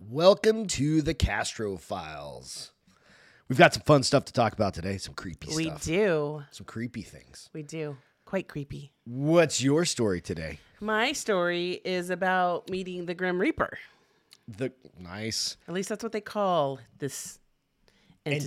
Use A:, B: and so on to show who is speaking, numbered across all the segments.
A: Welcome to the Castro Files. We've got some fun stuff to talk about today, some creepy
B: We
A: stuff,
B: do.
A: some creepy things.
B: We do. Quite creepy.
A: What's your story today?
B: My story is about meeting the Grim Reaper.
A: The nice
B: At least that's what they call this entity.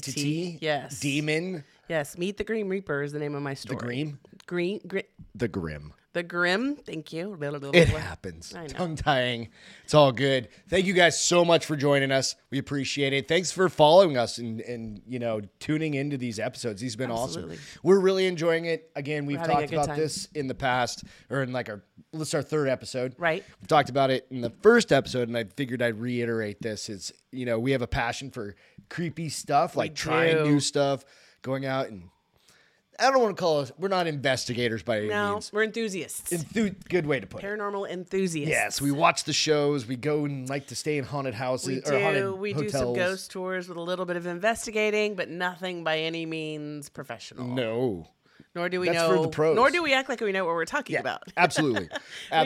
A: entity,
B: Yes.
A: demon,
B: Yes. Meet the Grim Reaper is the name of my
A: the
B: story.
A: grim,
B: Green. Gri-
A: the grim.
B: the Grim. Thank you.
A: It happens.
B: I know.
A: Tongue tying. It's all good. Thank you guys so much for joining us. We appreciate it. Thanks for following us and and you know tuning into these episodes. These have been
B: Absolutely.
A: awesome. We're really enjoying it. Again, we've
B: having a
A: talked
B: good
A: about
B: time.
A: this in the past, or in like our this is our third episode.
B: Right.
A: We talked about it in the first episode, and I figured I'd reiterate this. It's you know we have a passion for creepy stuff, like trying
B: do.
A: new stuff, going out and. I don't want to call us. We're not investigators by any
B: Now
A: means.
B: we're enthusiasts.
A: Enthu- good way to put it.
B: Paranormal enthusiasts.
A: Yes, we watch the shows. We go and like to stay in haunted houses
B: We
A: or haunted
B: do. We
A: hotels.
B: do some ghost tours with a little bit of investigating, but nothing by any means professional.
A: No,
B: Nor do we
A: That's
B: know.
A: for the pros.
B: Nor do we act like we know what we're talking about.
A: absolutely, absolutely,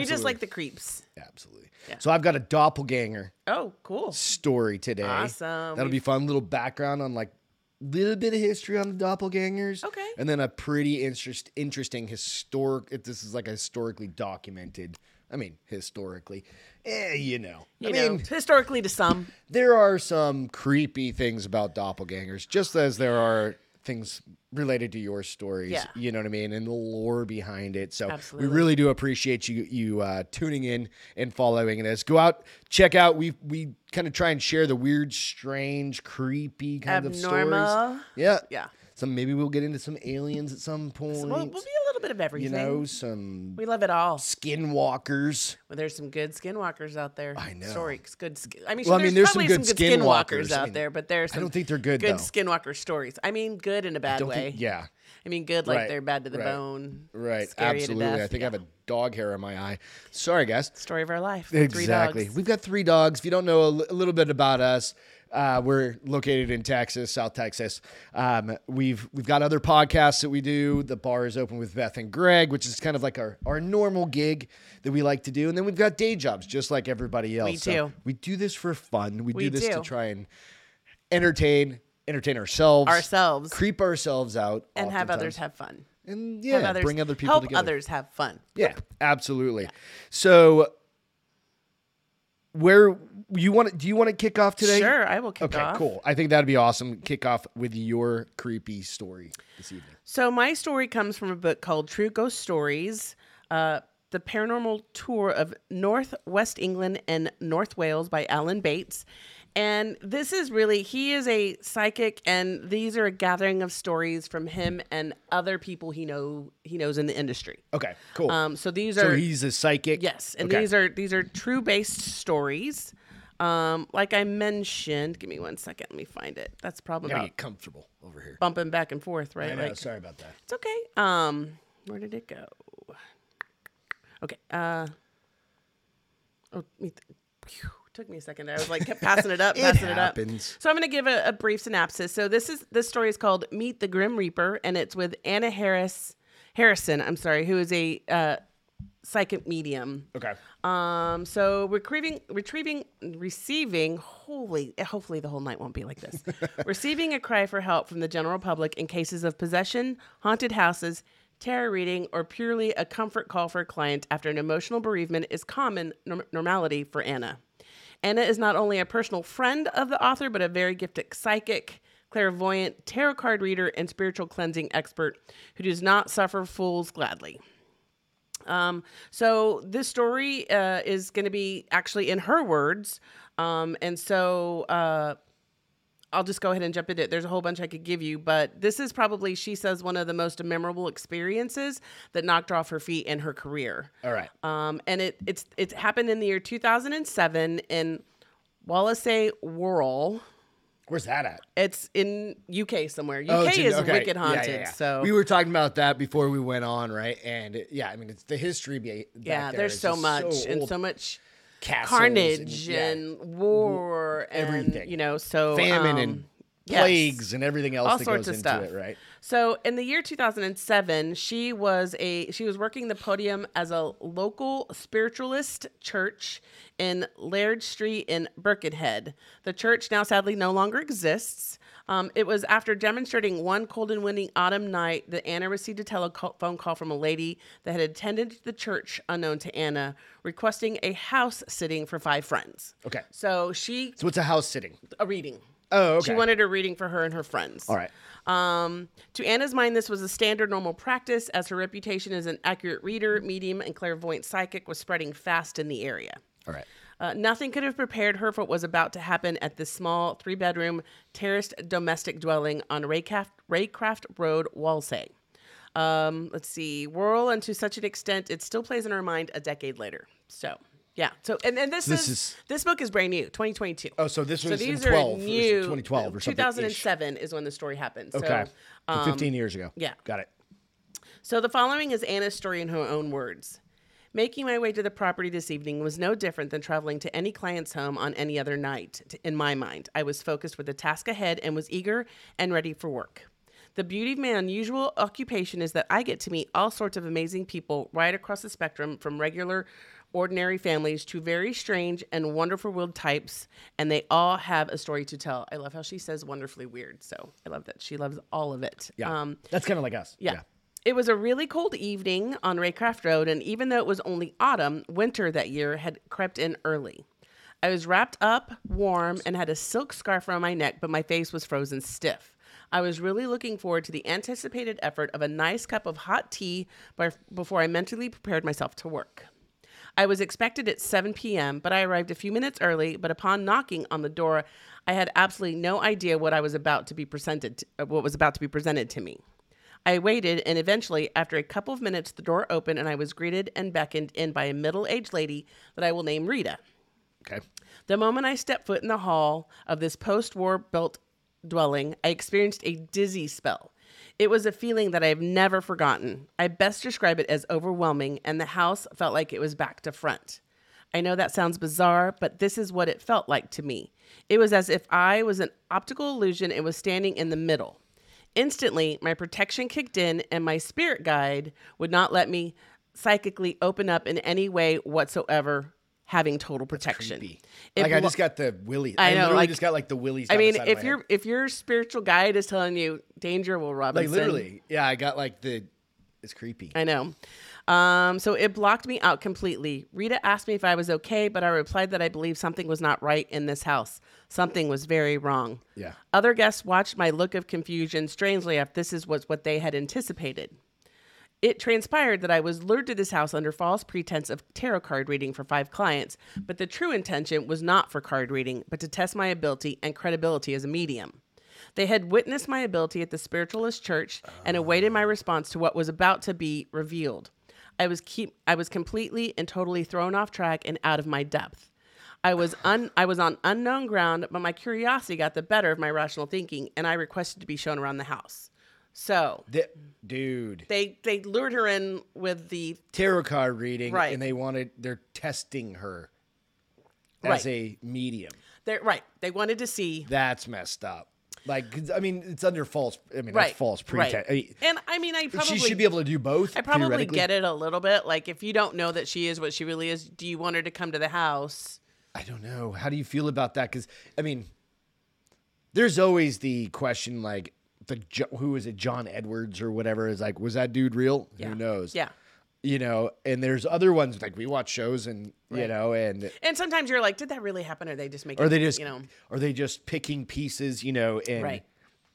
B: We just like the creeps.
A: absolutely. So I've got a doppelganger
B: Oh, cool.
A: story today.
B: Awesome.
A: That'll be fun. Little background on like little bit of history on the doppelgangers.
B: Okay.
A: and then a pretty interest interesting historic. If this is like a historically documented. I mean, historically, eh, you know.
B: You
A: I
B: know,
A: mean,
B: historically to some.
A: there are some creepy things about doppelgangers, just as there are things related to your stories.
B: Yeah.
A: You know what I mean, and the lore behind it. So
B: Absolutely.
A: we really do appreciate you you uh, tuning in and following this. Go out, check out. We we kind of try and share the weird, strange, creepy kind of
B: Abnormal.
A: stories. Yeah,
B: Yeah.
A: So maybe we'll get into some aliens at some point.
B: We'll, we'll be a little bit of
A: you
B: everything.
A: know, some
B: we love it all.
A: skinwalkers.
B: Well, there's some good skinwalkers out there. I
A: know.
B: Sorry, it's good. Skin, I mean,
A: Well, I
B: sure,
A: mean,
B: there's,
A: there's some
B: probably
A: good
B: some good skinwalkers
A: skinwalkers
B: out
A: and
B: there, but there's
A: I don't think they're good,
B: good
A: though.
B: skinwalker stories. I mean, good in a bad
A: Don't
B: way.
A: think- yeah.
B: I mean, good like
A: Right,
B: they're bad to the
A: right,
B: bone.
A: Right,
B: scary to
A: absolutely. I
B: death.
A: think I have a dog hair in my eye. Sorry, guys.
B: story of our life.
A: Exactly.
B: Three dogs.
A: We've got three dogs. If you don't know a li- a little bit about us, uh, we're located in Texas, South Texas. Um, we've we've got other podcasts that we do. The bar is open with Beth and Greg, which is kind of like our, our normal gig that we like to do. And then we've got day jobs, just like everybody else. So
B: do.
A: we do this for fun. We,
B: We
A: do this to
B: do.
A: try and entertain entertain ourselves,
B: Ourselves.
A: creep ourselves out,
B: and have others
A: oftentimes.
B: have fun.
A: and
B: Have
A: yeah,
B: others-
A: bring other people
B: help
A: together.
B: others have fun.
A: Yeah, absolutely. So where you want to, do you want to kick off today?
B: Sure, I will kick
A: Okay,
B: off.
A: cool. I think that'd be awesome. Kick off with your creepy story this evening.
B: So my story comes from a book called True Ghost Stories, uh, the paranormal tour of North West England and North Wales by Alan Bates. And this is really, he is a psychic, and these are a gathering of stories from him and other people he know he knows in the industry.
A: Okay, cool.
B: Um, so these
A: so
B: are
A: he's a psychic.
B: Yes, and
A: Okay.
B: these are these are true based stories. Um, like I mentioned, give me one second. Let me find it. That's probably
A: Gotta
B: about
A: get comfortable over here.
B: bumping back and forth, right?
A: I know,
B: Like
A: sorry about that.
B: it's okay. Um, where did it go? Okay. Uh, oh, let me th- phew, took me a second. there. I was like kept passing it up,
A: It
B: passing it up.
A: happens.
B: So I'm going to give a, a brief synopsis. So this is this story is called Meet the Grim Reaper, and it's with Anna Harris Harrison. I'm sorry, who is a uh, psychic medium.
A: Okay.
B: Um, so retrieving, retrieving, receiving, holy, hopefully the whole night won't be like this. receiving a cry for help from the general public in cases of possession, haunted houses, tarot reading, or purely a comfort call for a client after an emotional bereavement is common norm- normality for Anna. Anna is not only a personal friend of the author, but a very gifted psychic, clairvoyant, tarot card reader, and spiritual cleansing expert who does not suffer fools gladly. Um, so this story uh, is going to be actually in her words, um, and so uh, I'll just go ahead and jump into it. There's a whole bunch I could give you, but this is probably she says one of the most memorable experiences that knocked her off her feet in her career.
A: All right.
B: Um, and it it's it happened in the year 2007 in Wallasey Wirral.
A: Where's that at?
B: It's in UK somewhere. UK
A: Oh, it's in-
B: is
A: okay.
B: wicked
A: Yeah, yeah,
B: haunted.
A: yeah.
B: So
A: we were talking about that before we went on, right? And it- yeah, I mean, it's the history. Be- back
B: yeah,
A: there
B: there's
A: is
B: so
A: just
B: much and
A: old.
B: so much
A: Castles and-
B: carnage
A: yeah.
B: and, war and
A: Everything.
B: you know so
A: famine
B: um,
A: and
B: yes.
A: plagues and everything else
B: Um, all
A: that
B: sorts
A: goes
B: of
A: into
B: stuff
A: it, right?
B: So in the year 2007, she was a she was working the podium as a local spiritualist church in Laird Street in Birkenhead. The church now sadly no longer exists. Um, it was after demonstrating one cold and windy autumn night that Anna received a telephone call from a lady that had attended the church unknown to Anna, requesting a house sitting for five friends.
A: Okay.
B: So she
A: So it's a house sitting.
B: a reading.
A: Oh, okay.
B: She wanted a reading for her and her friends.
A: All right.
B: Um, to Anna's mind, this was a standard normal practice, as her reputation as an accurate reader, medium, and clairvoyant psychic was spreading fast in the area.
A: All right.
B: Uh, nothing could have prepared her for what was about to happen at this small three bedroom terraced domestic dwelling on Raycraft, Raycraft Road, Walsall. Um, let's see, whirl, and to such an extent, it still plays in her mind a decade later. So, yeah. So, and, and this,
A: This
B: is,
A: is-
B: this book is brand new, 2022.
A: Oh, so this was in
B: these
A: 12
B: are
A: or
B: new.
A: 2012 or something-ish.
B: 2007 is when the story happened. So, um,
A: Okay. So 15 years ago.
B: yeah.
A: Got it.
B: so the following is Anna's story in her own words. Making my way to the property this evening was no different than traveling to any client's home on any other night. T- In my mind, I was focused with the task ahead and was eager and ready for work. The beauty of my unusual occupation is that I get to meet all sorts of amazing people right across the spectrum from regular, ordinary families to very strange and wonderful world types, and they all have a story to tell. I love how she says wonderfully weird, so I love that. She loves all of it. Um,
A: Yeah. That's kind of like us.
B: Yeah. It was a really cold evening on Raycraft Road, and even though it was only autumn, winter that year had crept in early. I was wrapped up, warm, and had a silk scarf around my neck, but my face was frozen stiff. I was really looking forward to the anticipated effort of a nice cup of hot tea by, before I mentally prepared myself to work. I was expected at 7 p.m., but I arrived a few minutes early. But upon knocking on the door, I had absolutely no idea what I was about to be presented, uh, what was about to be presented to me. I waited, and eventually, after a couple of minutes, the door opened, and I was greeted and beckoned in by a middle-aged lady that I will name Rita.
A: Okay.
B: The moment I stepped foot in the hall of this post war built dwelling, I experienced a dizzy spell. It was a feeling that I have never forgotten. I best describe it as overwhelming, and the house felt like it was back to front. I know that sounds bizarre, but this is what it felt like to me. It was as if I was an optical illusion and was standing in the middle. Instantly, my protection kicked in, and my spirit guide would not let me psychically open up in any way whatsoever, having total protection.
A: creepy.
B: It
A: like I
B: blo-
A: just got the willies.
B: I
A: I,
B: know,
A: literally
B: like-
A: just got like the willies.
B: I
A: down
B: mean,
A: the side of
B: if
A: my
B: your
A: head.
B: if your spiritual guide is telling you danger, Will Robinson,
A: like literally, yeah, I got like the. It's creepy.
B: I know. Um, so it blocked me out completely. Rita asked me if I was okay, but I replied that I believed something was not right in this house. Something was very wrong.
A: Yeah.
B: Other guests watched my look of confusion strangely if this is was what they had anticipated. It transpired that I was lured to this house under false pretense of tarot card reading for five clients, but the true intention was not for card reading, but to test my ability and credibility as a medium. They had witnessed my ability at the spiritualist church and awaited my response to what was about to be revealed. I was keep I was completely and totally thrown off track and out of my depth. I was un- I was on unknown ground, but my curiosity got the better of my rational thinking and I requested to be shown around the house. So,
A: Th- dude,
B: they they lured her in with the
A: tarot card reading,
B: Right.
A: And they wanted they're testing her
B: Right.
A: as a medium.
B: they're right they wanted to see
A: That's messed up. Like 'cause, I mean, it's under false. I mean,
B: right
A: that's false
B: right.
A: pretense. I mean,
B: and i mean i probably
A: she should be able to do both.
B: i probably get it a little bit like if you don't know that she is what she really is do you want her to come to the house
A: I don't know. How do you feel about that? Because I mean, there's always the question like the Jo- who is it, John Edwards or whatever is like, was that dude real? Who knows?
B: yeah
A: You know, and there's other ones like we watch shows and you know, and
B: and sometimes you're like did that really happen are they just making
A: are they just
B: you know
A: are they just picking pieces? You know, and
B: right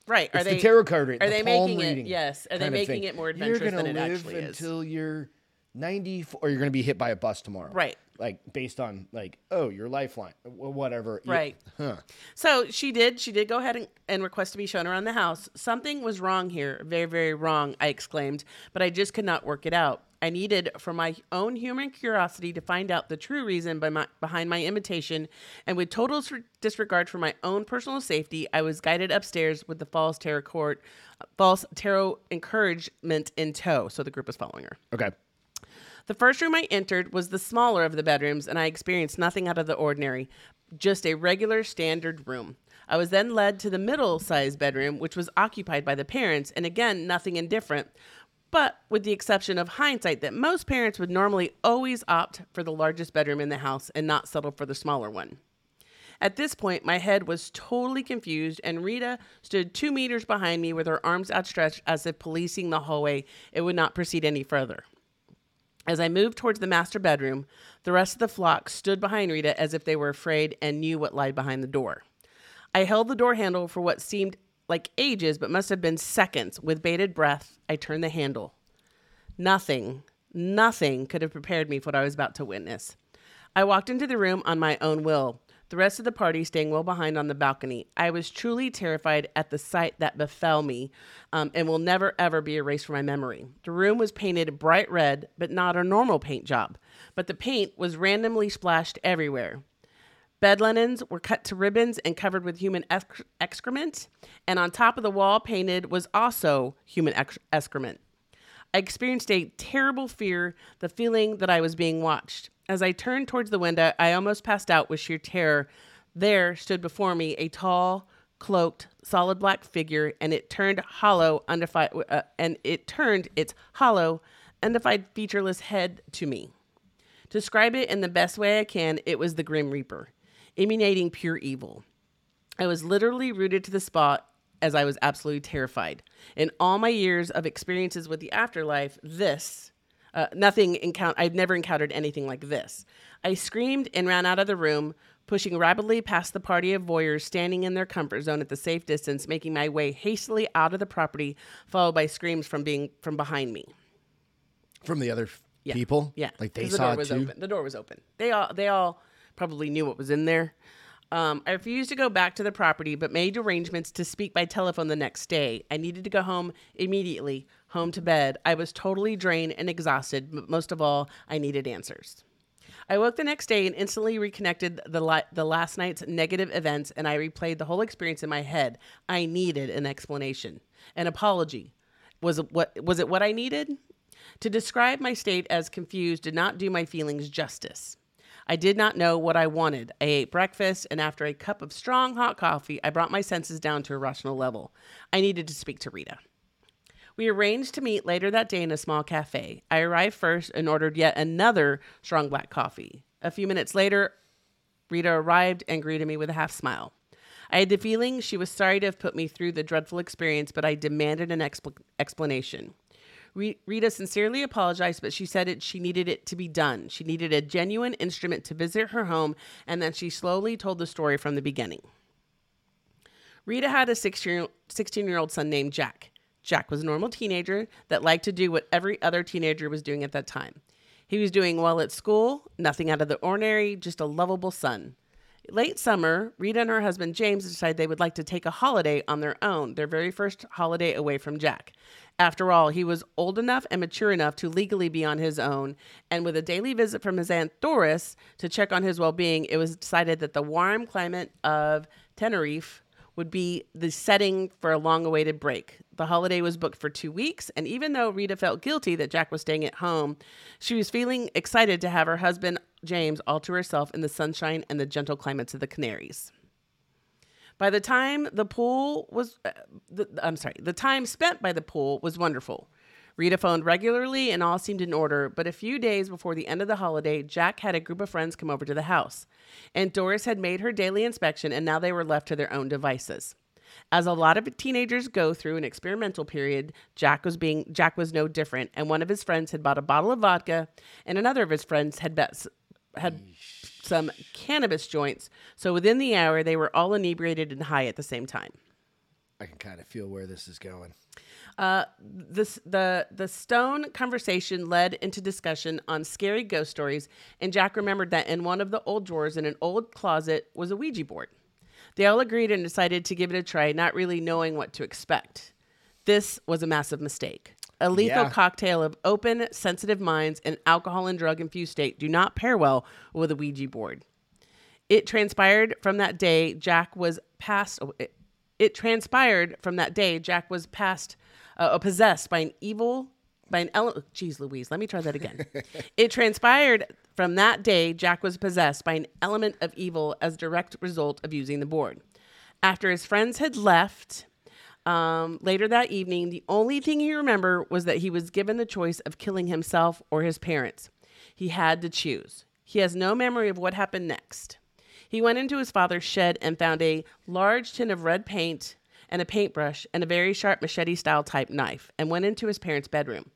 B: right are
A: It's
B: they
A: the tarot card reading,
B: are they
A: the palm
B: making it-
A: reading
B: yes, are they
A: kind of
B: making
A: thing.
B: it more
A: You're
B: adventure
A: gonna
B: than it
A: live
B: actually is.
A: until you're 94, or you're gonna be hit by a bus tomorrow,
B: Right.
A: Like based on like oh your lifeline, wh- whatever, You-
B: Right.
A: huh.
B: So she did. She did go ahead and, and request to be shown around the house. Something was wrong here. Very, very wrong, I exclaimed, but I just could not work it out. I needed, for my own human curiosity, to find out the true reason by my, behind my imitation. And with total s- disregard for my own personal safety, I was guided upstairs with the false tarot court, false tarot encouragement in tow. So the group was following her.
A: Okay.
B: The first room I entered was the smaller of the bedrooms, and I experienced nothing out of the ordinary. just a regular standard room. I was then led to the middle sized bedroom, which was occupied by the parents, and again, nothing indifferent, but with the exception of hindsight that most parents would normally always opt for the largest bedroom in the house and not settle for the smaller one. At this point, my head was totally confused, and Rita stood two meters behind me with her arms outstretched as if policing the hallway. It would not proceed any further. As I moved towards the master bedroom, the rest of the flock stood behind Rita as if they were afraid and knew what lied behind the door. I held the door handle for what seemed like ages, but must have been seconds. With bated breath, I turned the handle. Nothing, nothing could have prepared me for what I was about to witness. I walked into the room on my own will, the rest of the party staying well behind on the balcony. I was truly terrified at the sight that befell me um, and will never, ever be erased from my memory. The room was painted bright red, but not a normal paint job, but the paint was randomly splashed everywhere. Bed linens were cut to ribbons and covered with human exc- excrement, and on top of the wall painted was also human ex- excrement. I experienced a terrible fear, the feeling that I was being watched. As I turned towards the window, I almost passed out with sheer terror. There stood before me a tall, cloaked, solid black figure, and it turned hollow, undefi- uh, and it turned its hollow, undefined, featureless head to me. To describe it in the best way I can, it was the Grim Reaper, emanating pure evil. I was literally rooted to the spot as I was absolutely terrified. In all my years of experiences with the afterlife, this, uh, nothing encounter, I've never encountered anything like this. I screamed and ran out of the room, pushing rapidly past the party of voyeurs standing in their comfort zone at the safe distance, making my way hastily out of the property, followed by screams from being from behind me.
A: from the other f- people.
B: Yeah,
A: like they
B: 'cause the
A: saw
B: door
A: it
B: was
A: too.
B: Open. The door was open. They all they all probably knew what was in there. Um, I refused to go back to the property, but made arrangements to speak by telephone the next day. I needed to go home immediately, home to bed. I was totally drained and exhausted, but most of all, I needed answers. I woke the next day and instantly reconnected the li- the last night's negative events, and I replayed the whole experience in my head. I needed an explanation, an apology. Was it what was it what I needed? To describe my state as confused did not do my feelings justice. I did not know what I wanted. I ate breakfast, and after a cup of strong hot coffee, I brought my senses down to a rational level. I needed to speak to Rita. We arranged to meet later that day in a small cafe. I arrived first and ordered yet another strong black coffee. A few minutes later, Rita arrived and greeted me with a half smile. I had the feeling she was sorry to have put me through the dreadful experience, but I demanded an expl- explanation. Re- Rita sincerely apologized, but she said it, she needed it to be done. She needed a genuine instrument to visit her home, and then she slowly told the story from the beginning. Rita had a 16 year old son named Jack. Jack was a normal teenager that liked to do what every other teenager was doing at that time. He was doing well at school, nothing out of the ordinary, just a lovable son. Late summer, Rita and her husband James decided they would like to take a holiday on their own, their very first holiday away from Jack. After all, he was old enough and mature enough to legally be on his own, and with a daily visit from his aunt Doris to check on his well being, it was decided that the warm climate of Tenerife would be the setting for a long awaited break. The holiday was booked for two weeks, and even though Rita felt guilty that Jack was staying at home, she was feeling excited to have her husband, James, all to herself in the sunshine and the gentle climates of the Canaries. By the time the pool was, uh, the, I'm sorry, the time spent by the pool was wonderful. Rita phoned regularly and all seemed in order, but a few days before the end of the holiday, Jack had a group of friends come over to the house. And Doris had made her daily inspection, and now they were left to their own devices. As a lot of teenagers go through an experimental period, Jack was being Jack was no different, and one of his friends had bought a bottle of vodka, and another of his friends had bet, had some cannabis joints. So within the hour, they were all inebriated and high at the same time.
A: I can kind of feel where this is going.
B: Uh, this, the the stone conversation led into discussion on scary ghost stories, and Jack remembered that in one of the old drawers in an old closet was a Ouija board. They all agreed and decided to give it a try, not really knowing what to expect. This was a massive mistake. A lethal
A: Yeah.
B: cocktail of open, sensitive minds and alcohol and drug infused state do not pair well with a Ouija board. It transpired from that day Jack was passed. oh, It, it transpired from that day Jack was passed, uh, uh, possessed by an evil, by an ele- Jeez Louise, let me try that again. it transpired From that day, Jack was possessed by an element of evil as direct result of using the board. After his friends had left, um, later that evening, the only thing he remembered was that he was given the choice of killing himself or his parents. He had to choose. He has no memory of what happened next. He went into his father's shed and found a large tin of red paint and a paintbrush and a very sharp machete style type knife and went into his parents' bedroom.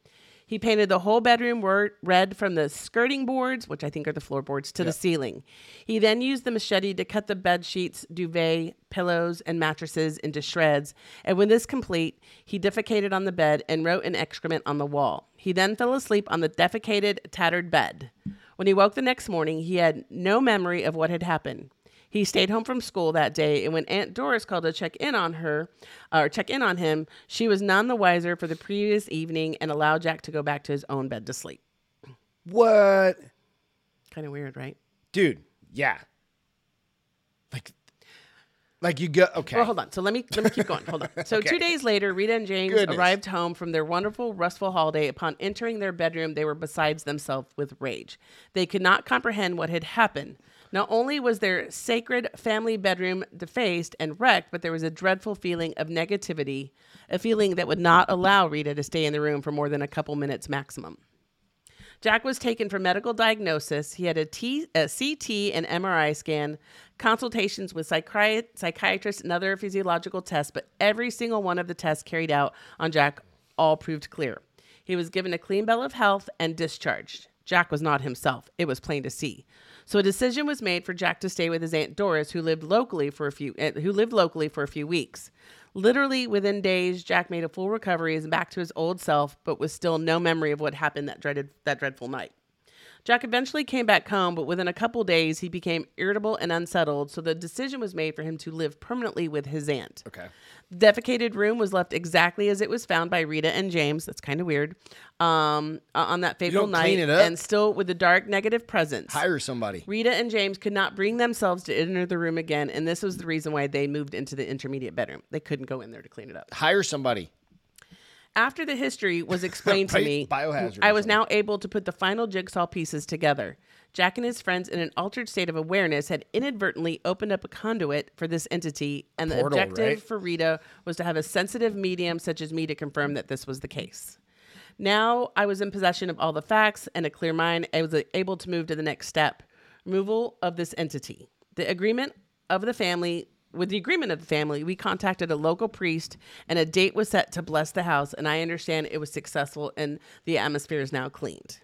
B: He painted the whole bedroom wor- red from the skirting boards, which I think are the floorboards, to the ceiling. He then used the machete to cut the bed sheets, duvet, pillows, and mattresses into shreds. And when this complete, he defecated on the bed and wrote an excrement on the wall. He then fell asleep on the defecated, tattered bed. When he woke the next morning, he had no memory of what had happened. He stayed home from school that day, and when Aunt Doris called to check in on her, uh, or check in on him, she was none the wiser for the previous evening and allowed Jack to go back to his own bed to sleep.
A: What?
B: Kind of weird, right?
A: Dude, yeah. Like, like you go, okay.
B: Well, hold on. So let me let me keep going. Hold on. So two days later, Rita and James
A: Goodness.
B: arrived home from their wonderful, restful holiday. Upon entering their bedroom, they were besides themselves with rage. They could not comprehend what had happened. Not only was their sacred family bedroom defaced and wrecked, but there was a dreadful feeling of negativity, a feeling that would not allow Rita to stay in the room for more than a couple minutes maximum. Jack was taken for medical diagnosis. He had a, T, a CT and MRI scan, consultations with psychiat- psychiatrists, and other physiological tests, but every single one of the tests carried out on Jack all proved clear. He was given a clean bill of health and discharged. Jack was not himself. It was plain to see. So a decision was made for Jack to stay with his aunt Doris, who lived locally for a few eh, who lived locally for a few weeks. Literally within days, Jack made a full recovery and back to his old self, but with still no memory of what happened that dreaded that dreadful night. Jack eventually came back home, but within a couple days, he became irritable and unsettled. So the decision was made for him to live permanently with his aunt.
A: Okay.
B: The defecated room was left exactly as it was found by Rita and James. That's kind of weird. Um, uh, on that fatal
A: don't
B: night,
A: clean it up?
B: and still with a dark negative presence.
A: Hire somebody.
B: Rita and James could not bring themselves to enter the room again, and this was the reason why they moved into the intermediate bedroom. They couldn't go in there to clean it up.
A: Hire somebody.
B: After the history was explained
A: Right?
B: to me,
A: Biohazard or
B: I was
A: something.
B: now able to put the final jigsaw pieces together. Jack and his friends, in an altered state of awareness, had inadvertently opened up a conduit for this entity, and the
A: portal,
B: objective
A: right?
B: for Rita was to have a sensitive medium such as me to confirm that this was the case. Now I was in possession of all the facts and a clear mind. I was able to move to the next step removal of this entity. The agreement of the family. With the agreement of the family, we contacted a local priest and a date was set to bless the house. And I understand it was successful and the atmosphere is now cleaned.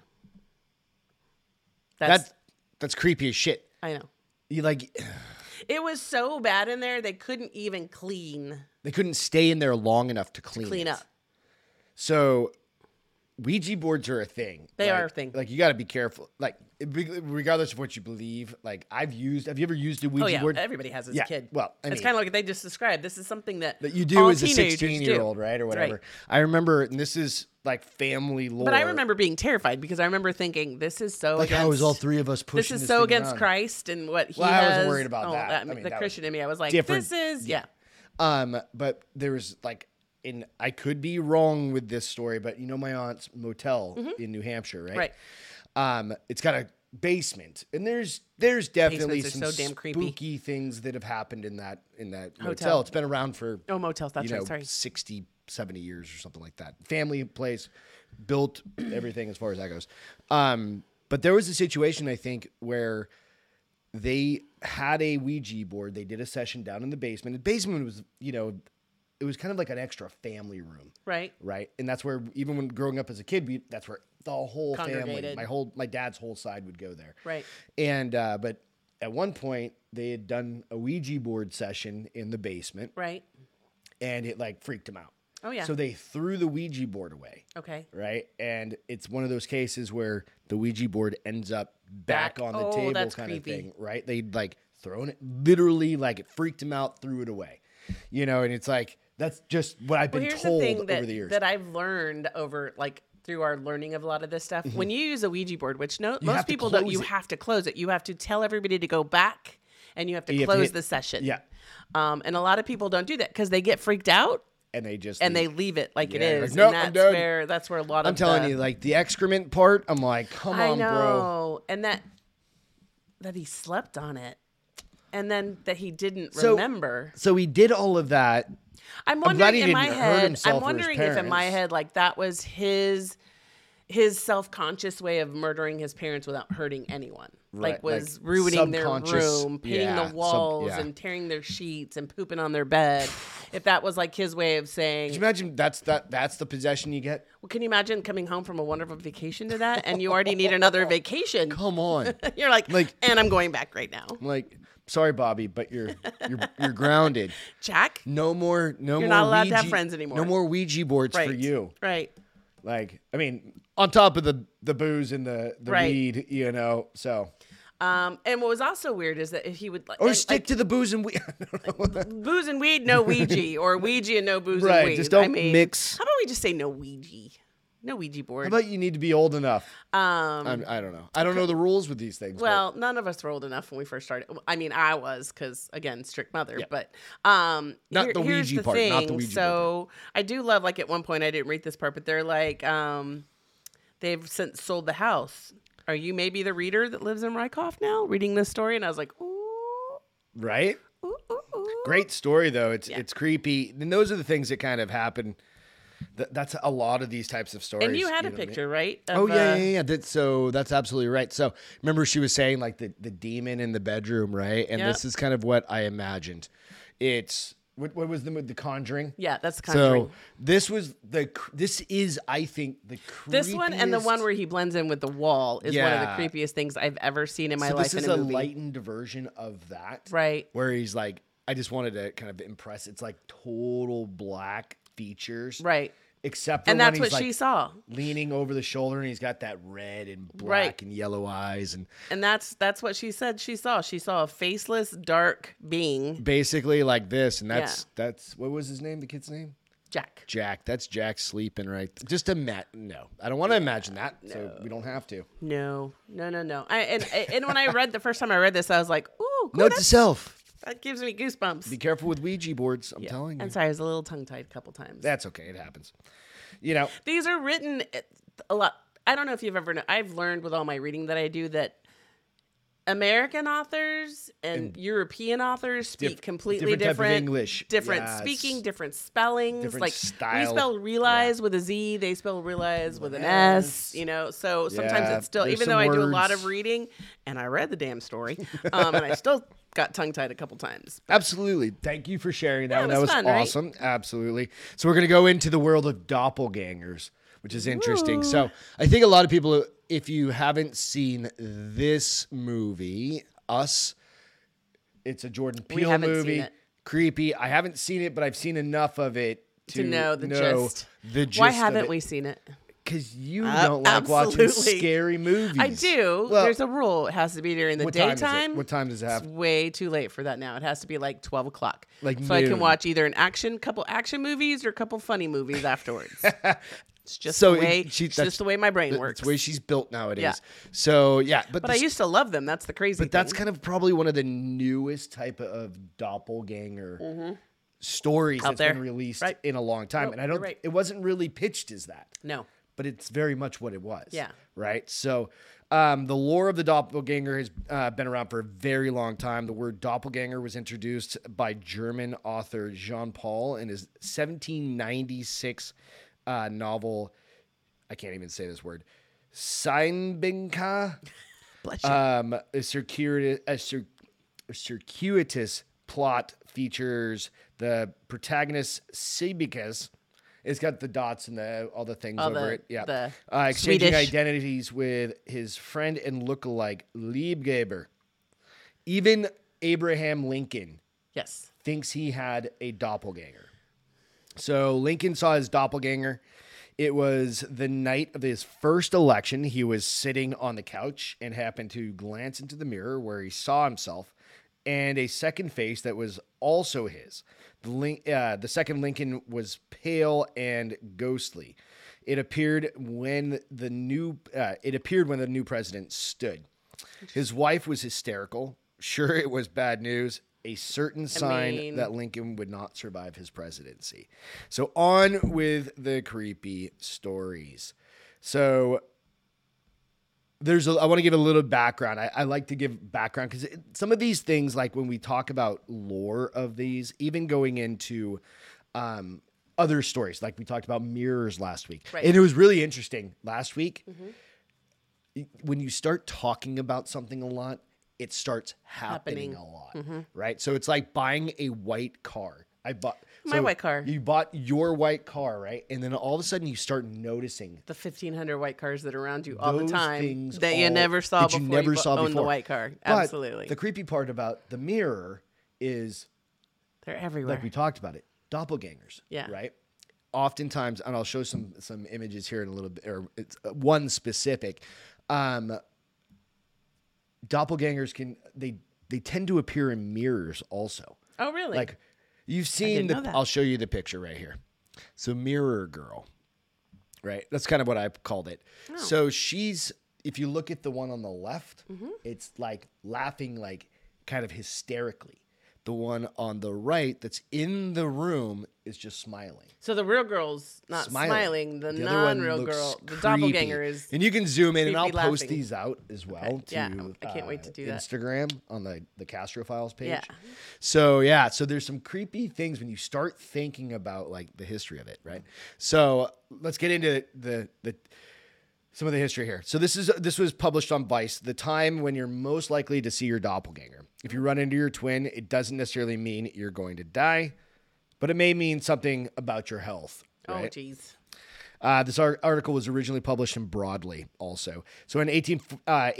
B: That's,
A: That, that's creepy as shit.
B: I know.
A: You like,
B: It was so bad in there, they couldn't even clean,
A: they couldn't stay in there long enough to clean.
B: clean
A: it.
B: up.
A: So, Ouija boards are a thing.
B: They
A: Like-
B: are a thing.
A: Like you got to be careful. Like reg- regardless of what you believe, like I've used. Have you ever used a Ouija
B: Oh, yeah.
A: board?
B: Everybody has as
A: Yeah,
B: a kid.
A: well, I
B: it's
A: mean-
B: kind of like what they just described. This is something that,
A: that you do
B: all
A: as a
B: teenagers
A: 16
B: do.
A: year old, right? Or whatever. I remember, and this is like family lore.
B: But I remember being terrified because I remember thinking, "This is so
A: like
B: against,
A: how is all three of us
B: this
A: pushing
B: is so
A: thing
B: against
A: around?
B: Christ and what he
A: Well, I
B: has."
A: was worried about
B: Oh,
A: that. I
B: m- the
A: mean, that was
B: Christian in me, I was like,
A: different.
B: "This is yeah."
A: Um, but there was like, and I could be wrong with this story, but you know my aunt's motel in New Hampshire, right?
B: Mm-hmm. Right.
A: Um, it's got a basement, and there's there's definitely some
B: Basements are so damn creepy.
A: spooky things that have happened in that in that motel.
B: Hotel.
A: It's been around for
B: Oh, motels. That's
A: you know
B: right. Sorry.
A: 60, 70 years or something like that. Family place, built everything as far as that goes. Um, but there was a situation I think where they had a Ouija board. They did a session down in the basement. The basement was, you know, it was kind of like an extra family room,
B: Right.
A: right? And that's where even when growing up as a kid, we, that's where the whole family,
B: Congregated.
A: my whole my dad's whole side would go there.
B: Right.
A: And uh, but at one point they had done a Ouija board session in the basement
B: Right.
A: and it like freaked him out.
B: Oh, yeah.
A: So they threw the Ouija board away,
B: Okay.
A: right? And it's one of those cases where the Ouija board ends up back,
B: Back-
A: on the
B: oh,
A: table
B: that's
A: kind
B: creepy.
A: of thing, right? They like thrown it literally like it freaked him out, threw it away. You know, and it's like that's just what I've
B: Well,
A: been
B: here's
A: told
B: the thing
A: over
B: that,
A: the years.
B: that I've learned over like through our learning of a lot of this stuff. When you use a Ouija board, which no,
A: Mm-hmm. have
B: most
A: to
B: people don't,
A: close
B: you
A: it.
B: have to close it. You have to tell everybody to go back, and you have to
A: have to
B: close
A: hit-
B: the session.
A: yeah.
B: Um, and a lot of people don't do that because they get freaked out
A: and they just
B: and
A: leave.
B: they leave it like it
A: Mm. Yeah, like,
B: is.
A: "Nope,
B: and
A: I'm
B: that's
A: done."
B: where that's where a lot of
A: I'm telling
B: the-
A: you, like the excrement part, I'm like, come
B: I
A: on, bro.
B: know, and that that he slept on it, and then that he didn't
A: So-
B: remember.
A: So he did all of that.
B: I'm
A: glad
B: wondering
A: he
B: in my
A: didn't hurt
B: head.
A: himself or
B: I'm
A: his
B: wondering if in my
A: parents.
B: head, like that was his his self conscious way of murdering his parents without hurting anyone.
A: Right,
B: Like was
A: like
B: ruining their
A: subconscious-
B: room, painting
A: yeah,
B: the
A: sub-
B: walls,
A: yeah.
B: and tearing their sheets and pooping on their bed. if that was like his way of saying,
A: Could you imagine that's that that's the possession you get?
B: well, can you imagine coming home from a wonderful vacation to that, and you already need another vacation?
A: Come on.
B: You're like,
A: Like-
B: and I'm going back right now,
A: I'm like, sorry, Bobby, but you're you're you're grounded.
B: Jack.
A: No more no
B: You're
A: more
B: not allowed to have
A: Ouija-
B: friends anymore.
A: No more Ouija boards
B: Right
A: for you.
B: right?
A: Like, I mean, on top of the the booze and the the
B: Right.
A: weed, you know. So
B: Um, and what was also weird is that if he would like,
A: or
B: and,
A: stick to the booze and weed.
B: like, booze and weed, no Ouija, or Ouija and no booze
A: Right,
B: and weed.
A: just don't
B: I mean,
A: mix.
B: How about we just say no Ouija, no Ouija board?
A: but you need to be old enough.
B: um,
A: I'm, I don't know. I don't know the rules with these things. but-
B: well, none of us were old enough when we first started. I mean, I was because again, strict mother. But um,
A: Not the
B: here's
A: Ouija part,
B: Thing.
A: not the Ouija
B: so I do love like at one point I didn't read this part, but they're like um, they've since sold the house. Are you maybe the reader that lives in Rykoff now, reading this story? And I was like, ooh,
A: right?
B: ooh, ooh, ooh.
A: Great story though. It's it's creepy. And those are the things that kind of happen. Th- that's a lot of these types of stories.
B: And you had a
A: know what I mean?
B: picture, right?
A: Oh
B: of,
A: yeah,
B: uh,
A: yeah, yeah. That, so that's absolutely right. So remember, she was saying like the the demon in the bedroom, right? And this
B: Yep.
A: is kind of what I imagined. It's what, what was the mo- the Conjuring.
B: Yeah, that's Conjuring.
A: So this was the cr- this is I think the creepiest.
B: this one and the one where he blends in with the wall is
A: Yeah.
B: one of the creepiest things I've ever seen in my
A: so
B: life
A: this is
B: in a,
A: a
B: movie.
A: lightened version of that,
B: Right.
A: Where he's like, I just wanted to kind of impress. It's like total black features,
B: Right.
A: Except for
B: And
A: when
B: that's
A: he's,
B: what
A: like,
B: she saw.
A: leaning over the shoulder and he's got that red and black
B: Right.
A: and yellow eyes and
B: And that's that's what she said she saw. She saw a faceless dark being,
A: basically like this and that's that's what was his name the kid's name
B: Jack.
A: jack that's jack sleeping right th- just a mat no i don't want to imagine that so we don't have to
B: No. No, no, no. I and and when I read the first time I read this, I was like, "Ooh, cool,
A: note to
B: that,
A: self
B: that gives me goosebumps."
A: be careful with ouija boards i'm telling you
B: And sorry, I was a little tongue-tied a couple times.
A: that's okay it happens you know
B: these are written at- a lot. I don't know if you've ever. Know, I've learned with all my reading that I do that American authors and, European authors speak completely
A: different type of
B: different,
A: English.
B: different
A: Yes.
B: speaking, different spellings.
A: Different
B: like we
A: style.
B: spell realize with a Z, they spell realize with an S.
A: S.
B: You know, so sometimes
A: Yeah,
B: it's still,
A: there's
B: even
A: some
B: though I do a lot
A: words.
B: of reading and I read the damn story, um, and I still got tongue tied a couple times.
A: absolutely thank you for sharing that
B: it
A: one that was
B: was fun, right?
A: awesome absolutely so we're going to go into the world of doppelgangers which is interesting so i think a lot of people if you haven't seen this movie us it's a Jordan Peele
B: haven't seen
A: movie.
B: it.
A: Creepy. I haven't seen it, but I've seen enough of it to,
B: To know the gist.
A: The gist.
B: Why haven't we seen it?
A: Because you
B: Uh,
A: don't like watching
B: absolutely.
A: scary movies.
B: I do.
A: Well,
B: There's a rule. It has to be during the
A: what time
B: daytime.
A: is it? What time does it have?
B: It's way too late for that now. It has to be like twelve o'clock.
A: Like
B: so I
A: noon.
B: can watch either an action, couple action movies, or a couple funny movies afterwards. it's just
A: So
B: the
A: it-
B: way.
A: she-
B: it's
A: that's-
B: just the way my brain
A: That's
B: works.
A: the way she's built nowadays.
B: Yeah.
A: So yeah, but,
B: but I
A: this-
B: used to love them. That's the crazy.
A: but that's kind of probably one of the newest type of doppelganger stories that's been
B: Mm-hmm. there.
A: released
B: Right.
A: in a long time, and I don't.
B: right.
A: It wasn't really pitched as that.
B: thing. no.
A: but it's very much what it was.
B: Yeah.
A: Right. So, um, the lore of the doppelganger has uh, been around for a very long time. The word doppelganger was introduced by German author Jean Paul in his 1796 uh, novel. I can't even say this word. Seinbinka.
B: Bless you.
A: Um, a circuitous, a cir- a circuitous plot features the protagonist Sibicus. It's got the dots and the all the things
B: All
A: over
B: the-
A: it. Yeah,
B: the
A: uh, exchanging
B: Swedish.
A: identities with his friend and lookalike Liebgeber. Even Abraham Lincoln
B: yes.
A: thinks he had a doppelganger. So Lincoln saw his doppelganger. It was the night of his first election. He was sitting on the couch and happened to glance into the mirror where he saw himself and a second face that was also his. The, Lin- uh, the second Lincoln was pale and ghostly. It appeared when the new uh, it appeared when the new president stood. His wife was hysterical. Sure, it was bad news. A a certain sign
B: mean-
A: that Lincoln would not survive his presidency. So on with the creepy stories. So there's a, I want to give a little background. I, I like to give background because some of these things, like when we talk about lore of these, even going into um, other stories, like we talked about mirrors last week,
B: Right. Mm-hmm.
A: and it was really interesting last week. When you start talking about something a lot, it starts happening,
B: Happening. Mm-hmm.
A: a lot, right? So it's like buying a white car. I bought
B: My
A: so
B: white car.
A: You bought your white car, right? And then all of a sudden, you start noticing
B: The 1,500 white cars that are around you all the
A: those
B: time
A: things
B: that you
A: all-
B: never saw
A: that you
B: before
A: never
B: bu-
A: saw
B: owned
A: before.
B: the white car.
A: But
B: Absolutely.
A: the creepy part about the mirror is,
B: They're everywhere.
A: like we talked about it, doppelgangers.
B: Yeah.
A: Right. Oftentimes, and I'll show some some images here in a little bit, or it's uh, one specific. Um, doppelgangers can they they tend to appear in mirrors also.
B: oh, really?
A: Like you've seen
B: didn't
A: the
B: know that.
A: I'll show you the picture right here. So mirror girl. Right? That's kind of what I called it.
B: Oh.
A: So she's if you look at the one on the left,
B: Mm-hmm.
A: it's like laughing like kind of hysterically. The one on the right that's in the room is just smiling.
B: so the real girl's not
A: Smiling.
B: smiling. the,
A: The other one
B: non-real
A: looks
B: girl, the
A: creepy.
B: doppelganger is.
A: And you can zoom in and I'll
B: creepy
A: post
B: laughing.
A: these out as well to uh,
B: Yeah, I can't wait to do that.
A: Instagram on the the Castro Files page.
B: Yeah.
A: So yeah, so there's some creepy things when you start thinking about like the history of it, right? So let's get into the the some of the history here. So this is this was published on Vice, the time when you're most likely to see your doppelganger. If you run into your twin, it doesn't necessarily mean you're going to die, but it may mean something about your health.
B: Oh,
A: Right?
B: jeez.
A: Uh, this ar- article was originally published in Broadly also. So in 18, uh,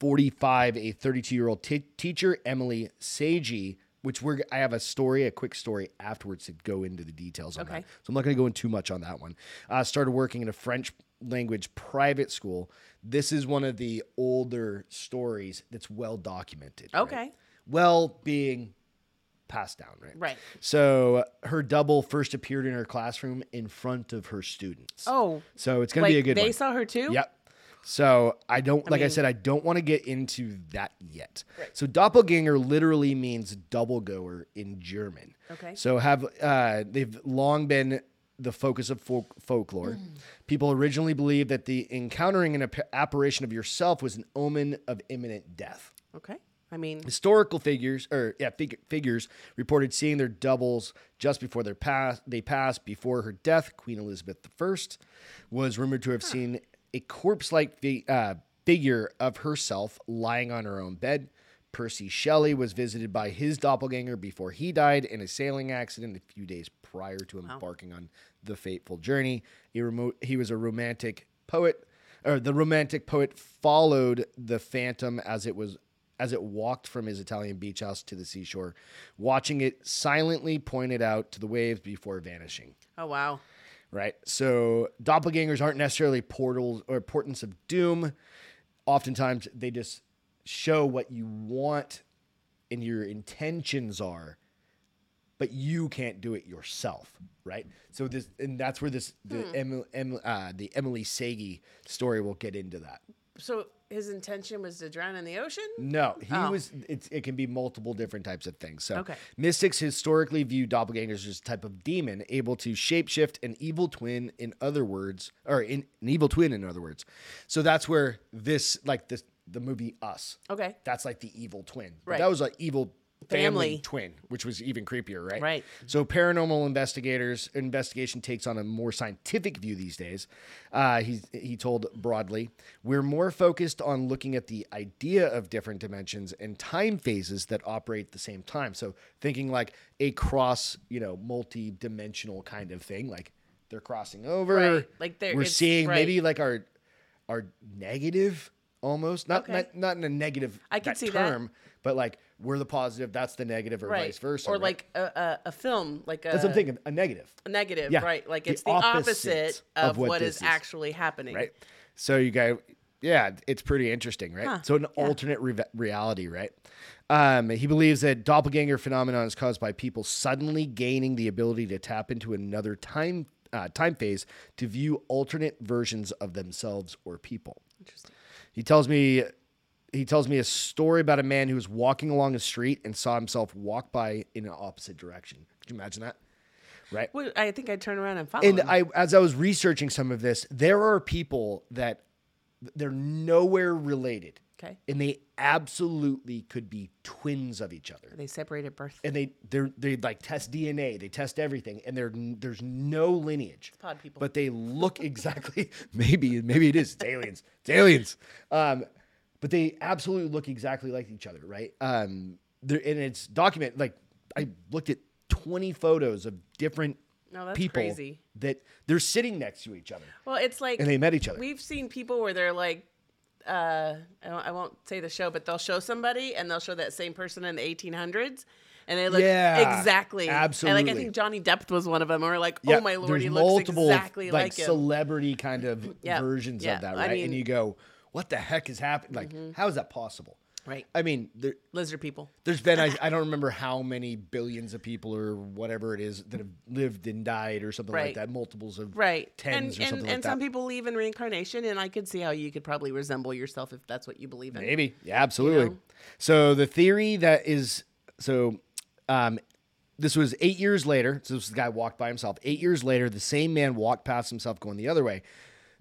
A: 1845, a 32 year old t- teacher, Emily Sagey, which we're, I have a story, a quick story afterwards to go into the details on that.
B: Okay.
A: So I'm not going to go in too much on that one. Uh, started working in a French language private school. This is one of the older stories that's well documented. right?
B: Okay.
A: Well being passed down, right?
B: Right.
A: So her double first appeared in her classroom in front of her students.
B: Oh.
A: So it's going
B: Like
A: to be a good
B: they
A: one.
B: saw her too.
A: Yep. So I don't, like I
B: mean-
A: said, I don't want to get into that yet. So doppelganger literally means double goer in German.
B: Okay.
A: So have uh, they've long been the focus of folk- folklore.
B: Mm.
A: People originally believed that the encountering an ap- apparition of yourself was an omen of imminent death.
B: Okay. I mean,
A: Historical figures, or yeah, fig- figures reported seeing their doubles just before their pass. They passed before her death. Queen Elizabeth I was rumored to have seen a corpse-like fi- uh, figure of herself lying on her own bed. Percy Shelley was visited by his doppelganger before he died in a sailing accident a few days prior to embarking on the fateful journey. He, remo- he was a romantic poet, or the romantic poet followed the phantom as it was as it walked from his Italian beach house to the seashore, watching it silently pointed out to the waves before vanishing.
B: oh wow.
A: Right? So doppelgangers aren't necessarily portals or portents of doom. Oftentimes they just show what you want and your intentions are, but you can't do it yourself, right? So this and that's where this the Emily em, uh, the Emily Sagi story will get into that.
B: So his intention was to drown in the ocean.
A: No, he was. It's, it can be multiple different types of things. So,
B: Oh. Okay.
A: mystics historically view doppelgangers as a type of demon able to shapeshift an evil twin. In other words, or in, an evil twin. In other words, so that's where this, like this, the movie Us.
B: Okay.
A: That's like the evil twin. But
B: Right.
A: That was an evil family,
B: Family.
A: twin, which was even creepier, right?
B: Right.
A: So paranormal investigators investigation takes on a more scientific view these days. Uh, he he told broadly, we're more focused on looking at the idea of different dimensions and time phases that operate at the same time. So thinking like a cross, you know, multi-dimensional kind of thing, like they're crossing over.
B: Right. Like they're-
A: we're
B: it's-
A: seeing
B: right.
A: maybe like our our negative almost not
B: Okay.
A: not, not in a negative
B: I can
A: that
B: see that.
A: term but like we're the positive that's the negative or
B: Right.
A: vice versa
B: or
A: right?
B: like a, a, a film, like a,
A: that's what i'm thinking a negative
B: a negative,
A: Yeah.
B: right? Like
A: The
B: it's the
A: opposite
B: opposite,
A: of
B: of,
A: what
B: what
A: this
B: is,
A: is.
B: actually happening.
A: right so you guys yeah it's pretty interesting right so an alternate re- reality right um, he believes that doppelganger phenomenon is caused by people suddenly gaining the ability to tap into another time uh, time phase to view alternate versions of themselves or people
B: Interesting.
A: He tells me he tells me a story about a man who was walking along a street and saw himself walk by in an opposite direction. Could you imagine that? Right.
B: Well, I think I'd turn around and follow.
A: And
B: him.
A: I, as I was researching some of this, there are people that they're nowhere related,
B: okay.
A: and they absolutely could be twins of each other.
B: They separated birth.
A: And they they're, they like test DNA, they test everything, and there there's no lineage.
B: pod people.
A: but they look exactly. maybe maybe it is it's aliens. It's aliens. Um, but they absolutely look exactly like each other, right? Um, there and it's document like I looked at twenty photos of different
B: No, that's
A: people
B: crazy.
A: that they're sitting next to each other
B: Well, it's like
A: and they met each other.
B: We've seen people where they're like, uh, I, don't, I won't say the show, but they'll show somebody and they'll show that same person in the 1800s. And they look
A: Yeah,
B: exactly. And like, I
A: absolutely.
B: think Johnny Depp was one of them. Or like,
A: Yeah,
B: oh my lord,
A: there's
B: he looks exactly like, him.
A: celebrity kind of
B: Yeah,
A: versions
B: yeah,
A: of that,
B: I
A: right?
B: mean- Mm-hmm.
A: and you go, what the heck is happening? Like, how is that possible?
B: right.
A: I mean, there,
B: Lizard people.
A: there's been I, I don't remember how many billions of people or whatever it is that have lived and died or something
B: Right.
A: like that, multiples of
B: Right.
A: tens
B: and
A: or
B: and,
A: something
B: and
A: like
B: some
A: that.
B: people believe in reincarnation. And I could see how you could probably resemble yourself if that's what you believe in.
A: Maybe, yeah, absolutely. So the theory that is so, um, this was eight years later. So this guy walked by himself. Eight years later, the same man walked past himself going the other way.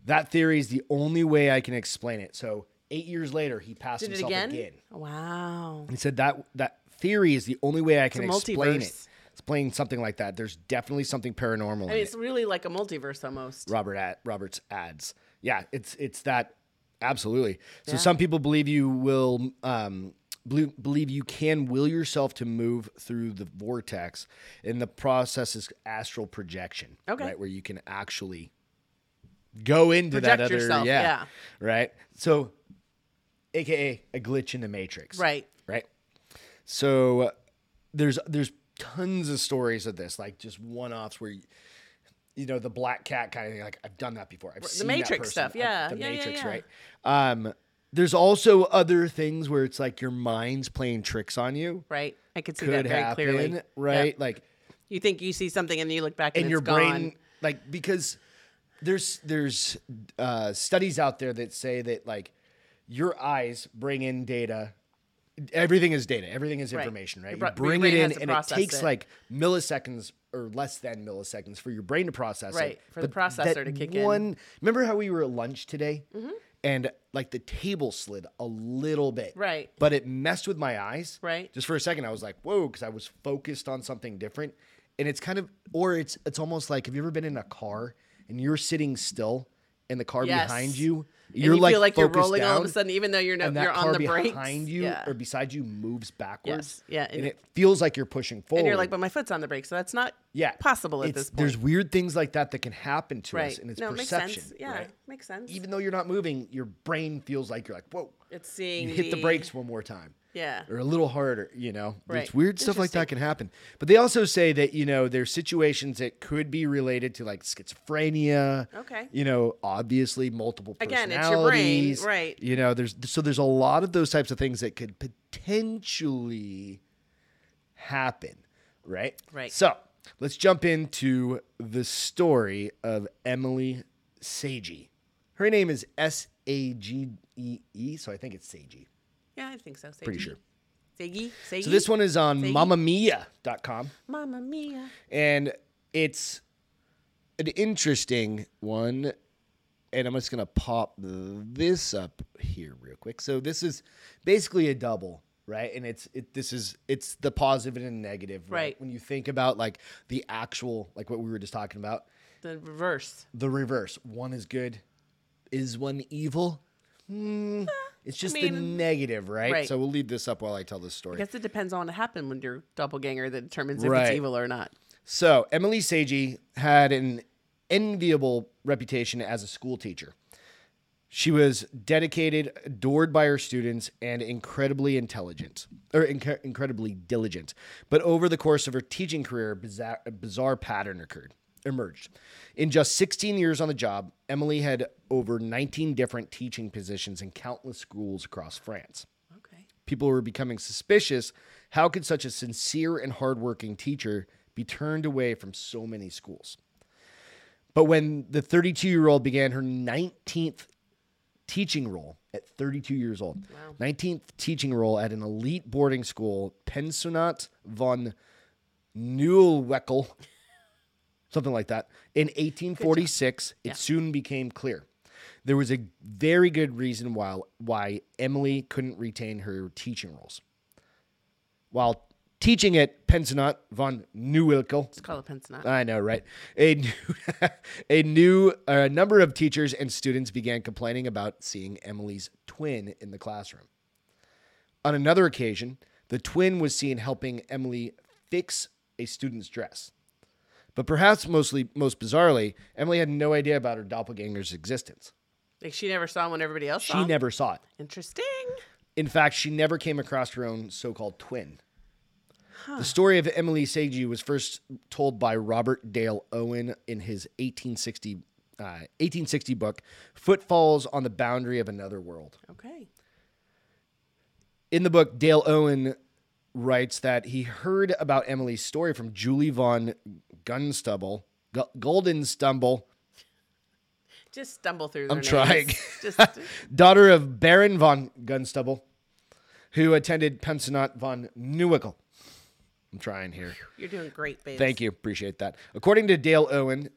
A: That theory is the only way I can explain it. So eight years later, he passed
B: Did it
A: himself
B: again?
A: again.
B: Wow.
A: He said that that theory is the only way I can
B: a
A: explain
B: multiverse.
A: it. Explain something like that. There's definitely something paranormal. in
B: I mean,
A: it.
B: it's really like a multiverse almost.
A: Robert ad, Robert's ads. Yeah, it's it's that absolutely. So some people believe you will um, bel- believe you can will yourself to move through the vortex, and the process is astral projection.
B: Okay.
A: right, where you can actually go into
B: Project
A: that other
B: yourself,
A: yeah,
B: yeah.
A: right. So, AKA a glitch in the matrix.
B: Right.
A: Right. So uh, there's there's tons of stories of this, like just one offs where. You, you know the black cat kind of thing. Like I've done that before. I've seen that
B: Matrix
A: person.
B: stuff,
A: I've-
B: yeah.
A: the
B: Yeah, yeah,
A: Matrix,
B: yeah.
A: right? Um, there's also other things where it's like your mind's playing tricks on you.
B: Right. I could see
A: Could
B: that very
A: happen,
B: clearly.
A: right?
B: Yeah.
A: Like
B: You think you see something and then you look back and,
A: in your
B: it's gone.
A: brain, like because there's there's uh, studies out there that say that like your eyes bring in data. Everything is data. Everything is information, right?
B: Your
A: You
B: bro- your
A: bring it
B: brain has
A: in,
B: to
A: and it
B: process
A: takes
B: it.
A: like milliseconds or less than milliseconds for your brain to process it.
B: Right, for the processor
A: that
B: to kick in. Mm-hmm.
A: one, Remember how we were at lunch today, and like the table slid a little bit,
B: Right.
A: But it messed with my eyes,
B: Right.
A: Just for a second, I was like, whoa, because I was focused on something different, and it's kind of, or it's it's almost like, have you ever been in a car and you're sitting still, and the car
B: Yes.
A: behind you,
B: And
A: you're
B: you
A: like
B: feel like you're
A: focused
B: rolling all of a
A: down,
B: sudden, even though you're no,
A: and that
B: you're
A: car
B: on the brakes.
A: behind you
B: yeah.
A: or beside you moves backwards.
B: Yes. Yeah,
A: and,
B: and-
A: it feels like you're pushing forward.
B: and you're like, but my foot's on the brake, so that's not
A: yeah,
B: possible at
A: It's-
B: this point.
A: There's weird things like that that can happen to
B: right.
A: us, and it's
B: no, it makes
A: perception.
B: sense. Yeah,
A: right?
B: makes sense.
A: even though you're not moving, your brain feels like you're like, whoa,
B: it's seeing
A: you hit the brakes one more time.
B: Yeah.
A: Or a little harder, you know.
B: Right.
A: It's weird stuff like that can happen. But they also say that, you know, there's situations that could be related to like schizophrenia.
B: Okay.
A: You know, obviously multiple
B: Again, it's your brain,
A: personalities.
B: right.
A: You know, there's so there's a lot of those types of things that could potentially happen, right?
B: Right.
A: So let's jump into the story of Emily Sagee. Her name is S A G E E, so I think it's Sagee.
B: Yeah, I think so. Sagey.
A: Pretty sure.
B: Sagey. Sagey.
A: So this one is on
B: Sagee?
A: mamamia.com
B: Mamma mia.
A: and it's an interesting one. And I'm just gonna pop this up here real quick. So this is basically a double, right? And it's it, this is it's the positive and negative,
B: Right.
A: When you think about like the actual, like what we were just talking about,
B: The reverse.
A: the reverse. One is good, is one evil? Hmm, it's just the
B: mean,
A: negative, right?
B: right.
A: So we'll leave this up while I tell this
B: I
A: story.
B: guess it depends on what happened when your doppelganger that determines if
A: Right.
B: it's evil or not.
A: So, Emily Sagee had an enviable reputation as a school teacher. She was dedicated, adored by her students, and incredibly intelligent, or inc- incredibly diligent. But over the course of her teaching career, a bizarre, a bizarre pattern occurred, emerged. In just 16 years on the job, Emily had over 19 different teaching positions in countless schools across France.
B: Okay.
A: People were becoming suspicious. How could such a sincere and hardworking teacher be turned away from so many schools? But when the 32 year old began her 19th teaching role at 32 years old. 19th teaching role at an elite boarding school, Pensionat von Neuweckel, something like that. In 1846, it soon became clear. There was a very good reason why, why Emily couldn't retain her teaching roles. While teaching at Pensionat von Neuwilkel,
B: Let's call it Pensacola.
A: I know, right? A new, a new uh, number of teachers and students began complaining about seeing Emily's twin in the classroom. On another occasion, the twin was seen helping Emily fix a student's dress. But perhaps mostly, most bizarrely, Emily had no idea about her doppelganger's existence.
B: like she never saw him when everybody else saw
A: She
B: him.
A: never saw it.
B: Interesting.
A: In fact, she never came across her own so called twin. The story of Emily Sage was first told by Robert Dale Owen in his 1860, uh, 1860 book, Footfalls on the Boundary of Another World.
B: Okay.
A: In the book, Dale Owen writes that he heard about Emily's story from Julie von Gunstubble, G- Golden Stumble,
B: Just stumble through. Their
A: I'm
B: names.
A: trying.
B: Just
A: daughter of Baron von Gunstubble, who attended Pensionat von Neuwickel. I'm trying here.
B: you're doing great, babe.
A: Thank you. Appreciate that. According to Dale Owen,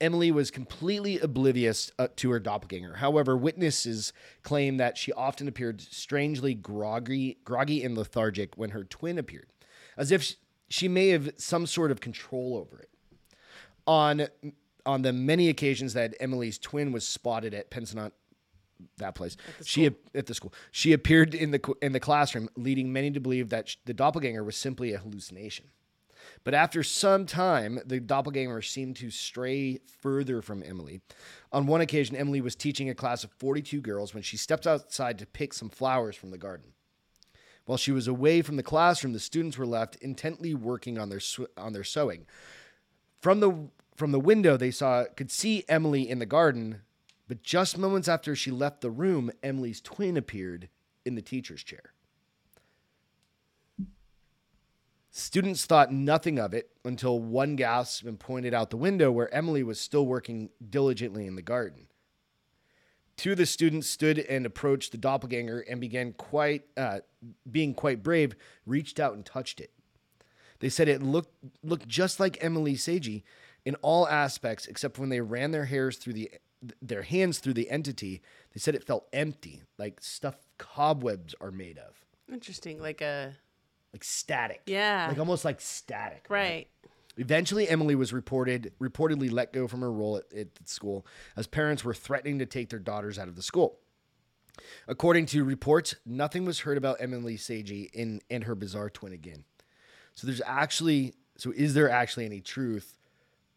A: Emily was completely oblivious uh, to her doppelganger. However, witnesses claim that she often appeared strangely groggy, groggy and lethargic when her twin appeared, as if sh- she may have some sort of control over it. On on the many occasions that Emily's twin was spotted at Pensacola, that place, she ap- at the school, she appeared in the co- in the classroom, leading many to believe that sh- the doppelganger was simply a hallucination. But after some time, the doppelganger seemed to stray further from Emily. On one occasion, Emily was teaching a class of 42 girls when she stepped outside to pick some flowers from the garden. While she was away from the classroom, the students were left intently working on their sw- on their sewing. From the from the window, they saw could see Emily in the garden, but just moments after she left the room, Emily's twin appeared in the teacher's chair. Students thought nothing of it until one gasp pointed out the window where Emily was still working diligently in the garden. Two of the students stood and approached the doppelganger and began quite, uh, being quite brave, reached out and touched it. They said it looked looked just like Emily Seiji in all aspects except when they ran their hairs through the their hands through the entity. They said it felt empty, like stuff cobwebs are made of,
B: Interesting. Like a
A: like static.
B: Yeah.
A: like almost like static.
B: right.
A: Eventually, Emily was reported reportedly let go from her role at, at the school as parents were threatening to take their daughters out of the school. According to reports, nothing was heard about Emily Seiji in and her bizarre twin again. So there's actually so is there actually any truth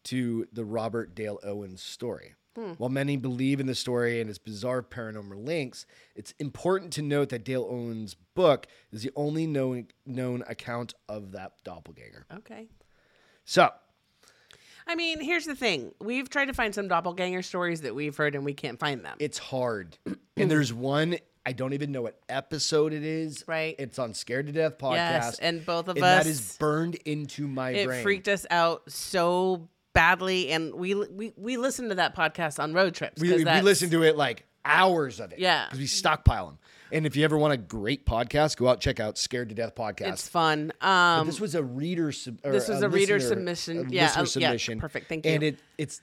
A: to the Robert Dale Owens story? While many believe in the story and its bizarre paranormal links, it's important to note that Dale Owens' book is the only known known account of that doppelganger.
B: Okay.
A: So
B: I mean, here's the thing. We've tried to find some doppelganger stories that we've heard and we can't find them.
A: it's hard. and there's one I don't even know what episode it is.
B: Right.
A: It's on Scared to Death podcast.
B: Yes, and both of
A: and
B: us-
A: that is burned into my
B: it
A: brain.
B: freaked us out so badly and we we we listened to that podcast on road trips
A: we, we
B: that's-
A: listened to it like hours of it.
B: Yeah.
A: Because we stockpile them. And if you ever want a great podcast, go out and check out Scared to Death podcast.
B: it's fun um
A: this was a reader. Sub, or
B: This was a reader
A: listener-
B: submission.
A: a
B: Yeah,
A: listener
B: oh, yeah,
A: submission.
B: perfect, thank
A: And
B: you.
A: it it's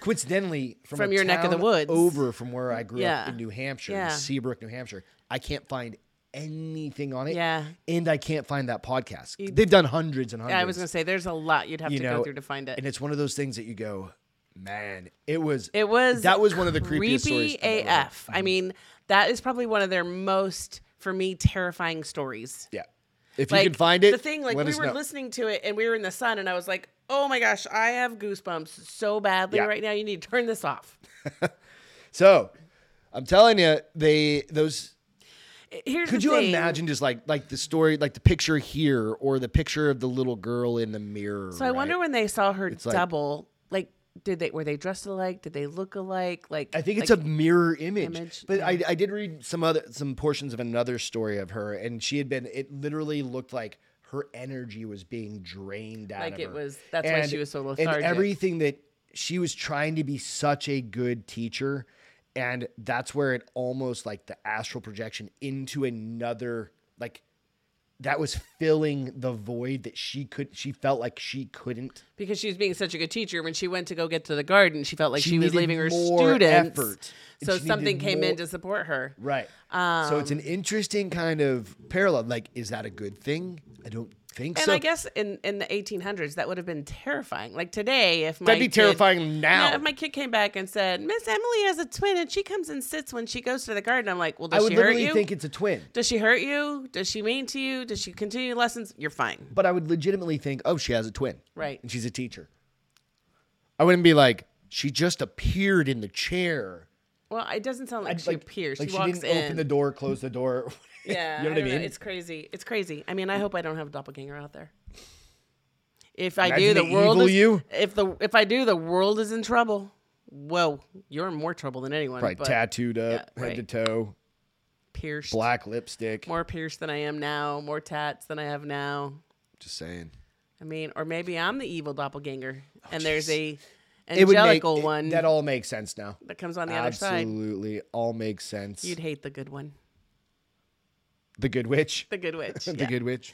A: coincidentally from,
B: From
A: a
B: your neck of the
A: town
B: woods.
A: over from where I grew up
B: Yeah.
A: in New Hampshire,
B: Yeah.
A: in Seabrook, New Hampshire. I can't find anything on it.
B: Yeah.
A: and I can't find that podcast. They've done hundreds and hundreds.
B: I was gonna say there's a lot you'd have
A: you
B: to
A: know,
B: go through to find it.
A: and it's one of those things that you go, man. It was.
B: It was
A: that was one of the creepiest stories
B: creepy
A: I've ever heard. Mm-hmm.
B: AF. I mean, that is probably one of their most for me terrifying stories.
A: Yeah. If you can find it,
B: the thing like
A: let
B: we
A: us
B: were
A: know.
B: listening to it and we were in the sun and I was like, oh my gosh, I have goosebumps so badly
A: Yeah.
B: right now. You need to turn this off.
A: So, I'm telling you, they those
B: Eh, Here's
A: Could
B: the
A: you
B: thing.
A: imagine just like like the story, like the picture here, or the picture of the little girl in the mirror?
B: So I wonder when they saw her
A: like-
B: double, like, did they were they dressed alike? Did they look alike? Like
A: I think it's a mirror image,
B: Image,
A: but I,
B: yeah.
A: I did read some other some portions of another story of her, and she had been. It literally looked like her energy was being drained out.
B: Like
A: of
B: it
A: her.
B: was- that's why she was so
A: And
B: lethargic.
A: everything that she was trying to be such a good teacher, and that's where it almost like the astral projection into another like that was filling the void that she could she felt like she couldn't
B: because she was being such a good teacher when she went to go get to the garden she felt like she, was
A: needed
B: leaving her
A: more
B: students
A: effort. And
B: so
A: she needed
B: something came in
A: more-
B: to support her
A: right so it's an interesting kind of parallel like is that a good thing i don't think
B: and
A: so
B: I guess in, in the 1800s that would have been terrifying. Like today, if my
A: That'd be
B: kid-
A: terrifying now.
B: Yeah, if my kid came back and said, "Miss Emily has a twin and she comes and sits when she goes to the garden," I'm like, "Well,
A: i
B: does
A: would
B: she hurt
A: literally
B: you?
A: think it's a twin
B: does she hurt you? Does she mean to you? Does she continue lessons? You're fine."
A: but i would legitimately think oh she has a twin
B: Right.
A: and she's a teacher i wouldn't be like she just appeared in the chair
B: Well, it doesn't sound like, she
A: like,
B: appears.
A: like
B: she walks
A: didn't
B: in.
A: open the door close the door
B: Yeah,
A: you know
B: I
A: what i,
B: don't
A: mean
B: It's crazy. It's crazy. I mean, I hope I don't have a doppelganger out there. If I
A: Imagine
B: do, the
A: the
B: world
A: evil
B: is
A: you.
B: if the if I do, the world is in trouble. Whoa, you're in more trouble than anyone.
A: Probably
B: but
A: tattooed up
B: yeah,
A: head to toe
B: pierced,
A: black lipstick
B: more pierced than I am now, more tats than I have now.
A: just saying
B: I mean, or maybe I'm the evil doppelganger, and there's a
A: would make-
B: angelical
A: Oh, it-
B: one
A: that
B: that,
A: all makes sense now
B: comes on the other side.
A: absolutely all makes sense
B: You'd hate the good one,
A: the good witch
B: the good witch.
A: the
B: yeah.
A: good witch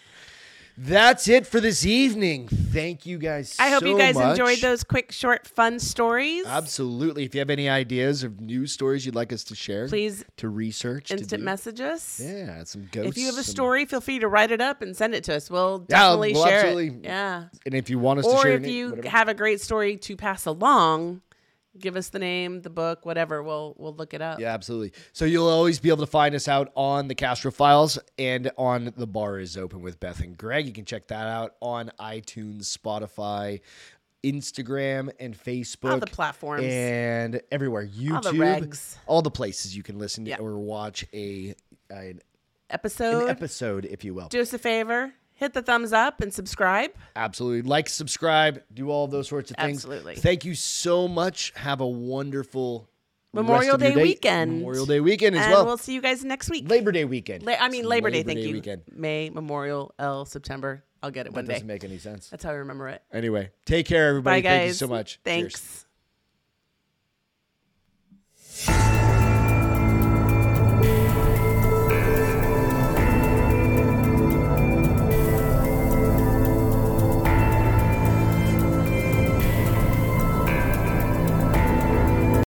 A: that's it for this evening thank you guys
B: I hope you
A: so
B: guys
A: much.
B: enjoyed those quick, short, fun stories.
A: absolutely if you have any ideas of news stories you'd like us to share
B: Please
A: to research to
B: Instant
A: do-
B: message us.
A: yeah some ghosts
B: If you have a
A: some-
B: story, feel free to write it up and send it to us. We'll
A: Yeah,
B: definitely
A: we'll
B: share it.
A: absolutely
B: Yeah.
A: and if you want us to
B: Or
A: share
B: if
A: any-
B: you
A: whatever.
B: have a great story to pass along, give us the name, the book, whatever. We'll we'll look it up.
A: Yeah, absolutely. So you'll always be able to find us out on the Castro Files and on The Bar is Open with Beth and Greg. You can check that out on iTunes, Spotify, Instagram, and Facebook.
B: All the platforms.
A: And everywhere. YouTube.
B: the regs.
A: all the places you can listen to
B: Yeah.
A: or watch a an
B: Episode.
A: episode, if you will.
B: Do us a favor, hit the thumbs up and subscribe.
A: Absolutely. Like, subscribe, do all those sorts of things.
B: Absolutely.
A: Thank you so much. Have a wonderful rest
B: Memorial
A: of your
B: Day weekend.
A: Memorial Day weekend as
B: and
A: well.
B: we'll see you guys next week.
A: Labor Day weekend.
B: La- I mean
A: It's
B: Labor, Day, thank you.
A: Weekend.
B: May, Memorial, L, September. I'll get it one
A: That
B: day.
A: doesn't make any sense.
B: That's how I remember it.
A: Anyway, take care, everybody.
B: Bye guys.
A: Thank you so much. Cheers.
B: Thanks.